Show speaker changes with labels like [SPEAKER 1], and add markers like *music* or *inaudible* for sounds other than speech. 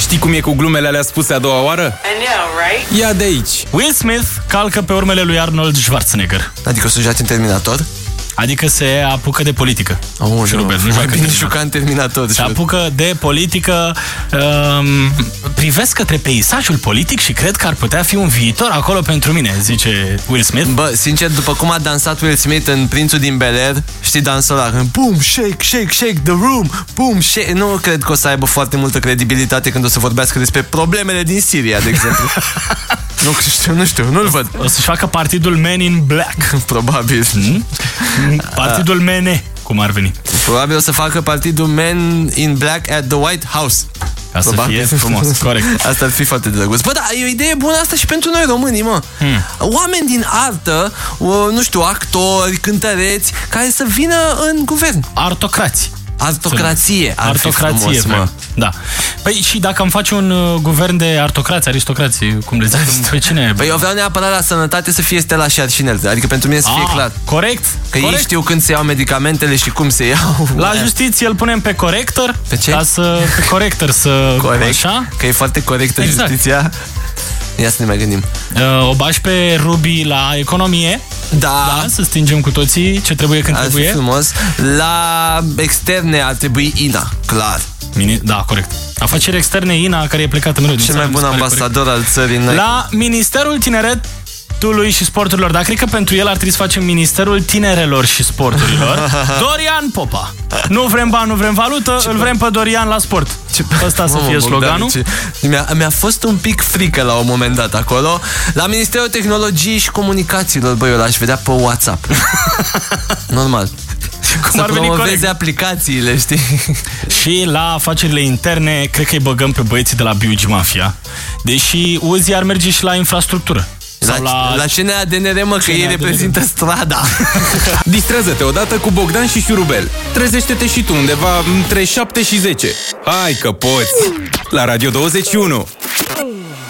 [SPEAKER 1] Știi cum e cu glumele alea spuse a doua oară?
[SPEAKER 2] I know, right?
[SPEAKER 1] Ia de aici!
[SPEAKER 3] Will Smith calcă pe urmele lui Arnold Schwarzenegger.
[SPEAKER 4] Adică o să joace în Terminator?
[SPEAKER 3] Adică se apucă de politică.
[SPEAKER 4] Oh,
[SPEAKER 3] Șurubel, nu joacă
[SPEAKER 4] mai bine
[SPEAKER 3] Terminator.
[SPEAKER 4] juca în Terminator.
[SPEAKER 3] Se apucă de politică, um, privesc către peisajul politic și cred că ar putea fi un viitor acolo pentru mine, zice Will Smith.
[SPEAKER 4] Bă, sincer, după cum a dansat Will Smith în Prințul din Bel Air, știi dansul ăla, când boom, shake, shake, shake the room, boom, shake... Nu cred că o să aibă foarte multă credibilitate când o să vorbească despre problemele din Siria, de exemplu. nu știu, nu știu, nu-l văd.
[SPEAKER 3] O să-și facă partidul Men in
[SPEAKER 4] *laughs*
[SPEAKER 3] Black.
[SPEAKER 4] Probabil.
[SPEAKER 3] Hmm? Partidul MN, cum ar veni.
[SPEAKER 4] Probabil o să facă partidul Men in Black at the White House.
[SPEAKER 3] Ca să fie frumos, corect.
[SPEAKER 4] *laughs* Asta ar fi foarte drăguț. Bă, da, e o idee bună asta și pentru noi românii, mă. Hmm. Oameni din artă, o, nu știu, actori, cântăreți, care să vină în guvern.
[SPEAKER 3] Artocrați.
[SPEAKER 4] Artocrație. Ar fi
[SPEAKER 3] Artocrație,
[SPEAKER 4] frumos, mă.
[SPEAKER 3] vrem. Da. Păi și dacă am face un uh, guvern de artocrați, aristocrații, cum le zic, pe cine?
[SPEAKER 4] Păi eu vreau neapărat la sănătate să fie stela și arșinel. Adică pentru mine să fie
[SPEAKER 3] Ah,
[SPEAKER 4] clar.
[SPEAKER 3] Corect.
[SPEAKER 4] Că
[SPEAKER 3] corect.
[SPEAKER 4] ei știu când se iau medicamentele și cum se iau. *laughs*
[SPEAKER 3] La justiție îl punem pe corector.
[SPEAKER 4] Pe ce?
[SPEAKER 3] Ca să, pe corector să...
[SPEAKER 4] Corect.
[SPEAKER 3] Așa.
[SPEAKER 4] Că e foarte corectă
[SPEAKER 3] Exact.
[SPEAKER 4] justiția. Ia să ne mai gândim.
[SPEAKER 3] Uh, O bași pe Ruby la economie.
[SPEAKER 4] Da,
[SPEAKER 3] Da, să stingem cu toții ce trebuie când
[SPEAKER 4] Ar fi
[SPEAKER 3] trebuie.
[SPEAKER 4] frumos. La externe ar trebui Ina, clar.
[SPEAKER 3] Mini... Da, corect. Afaceri externe, Ina, care e plecată mereu din
[SPEAKER 4] Cel
[SPEAKER 3] țară,
[SPEAKER 4] mai
[SPEAKER 3] mi
[SPEAKER 4] bun
[SPEAKER 3] se pare
[SPEAKER 4] ambasador al țării
[SPEAKER 3] corect.
[SPEAKER 4] noi.
[SPEAKER 3] La Ministerul Tineretului și Sporturilor. Dar cred că pentru el ar trebui să facem Ministerul Tinerelor și Sporturilor.
[SPEAKER 4] *laughs*
[SPEAKER 3] Dorian Popa. Nu vrem bani, nu vrem valută, îl vrem pe Dorian la sport. Asta să
[SPEAKER 4] Mamă,
[SPEAKER 3] fie
[SPEAKER 4] Bogdan,
[SPEAKER 3] sloganul.
[SPEAKER 4] ce- Mi-a, mi-a fost un pic frică la un moment dat acolo. La Ministerul Tehnologiei și Comunicațiilor, băi, eu l-aș vedea pe
[SPEAKER 3] *laughs*
[SPEAKER 4] WhatsApp. Normal. Cum să
[SPEAKER 3] ar veni
[SPEAKER 4] promoveze
[SPEAKER 3] corect.
[SPEAKER 4] aplicațiile, știi?
[SPEAKER 3] Și la afacerile interne, cred că îi băgăm pe băieții de la Biugi Mafia. Deși Uzi ar merge și la infrastructură.
[SPEAKER 4] La,
[SPEAKER 3] Sau
[SPEAKER 4] Exact. la, la CNADNR, mă, că ei
[SPEAKER 3] CNADNR.
[SPEAKER 4] reprezintă
[SPEAKER 3] *laughs*
[SPEAKER 4] strada.
[SPEAKER 1] Distrează-te odată cu Bogdan și Șurubel. Trezește-te și tu undeva între 7 și 10. Hai că poți! La Radio 21!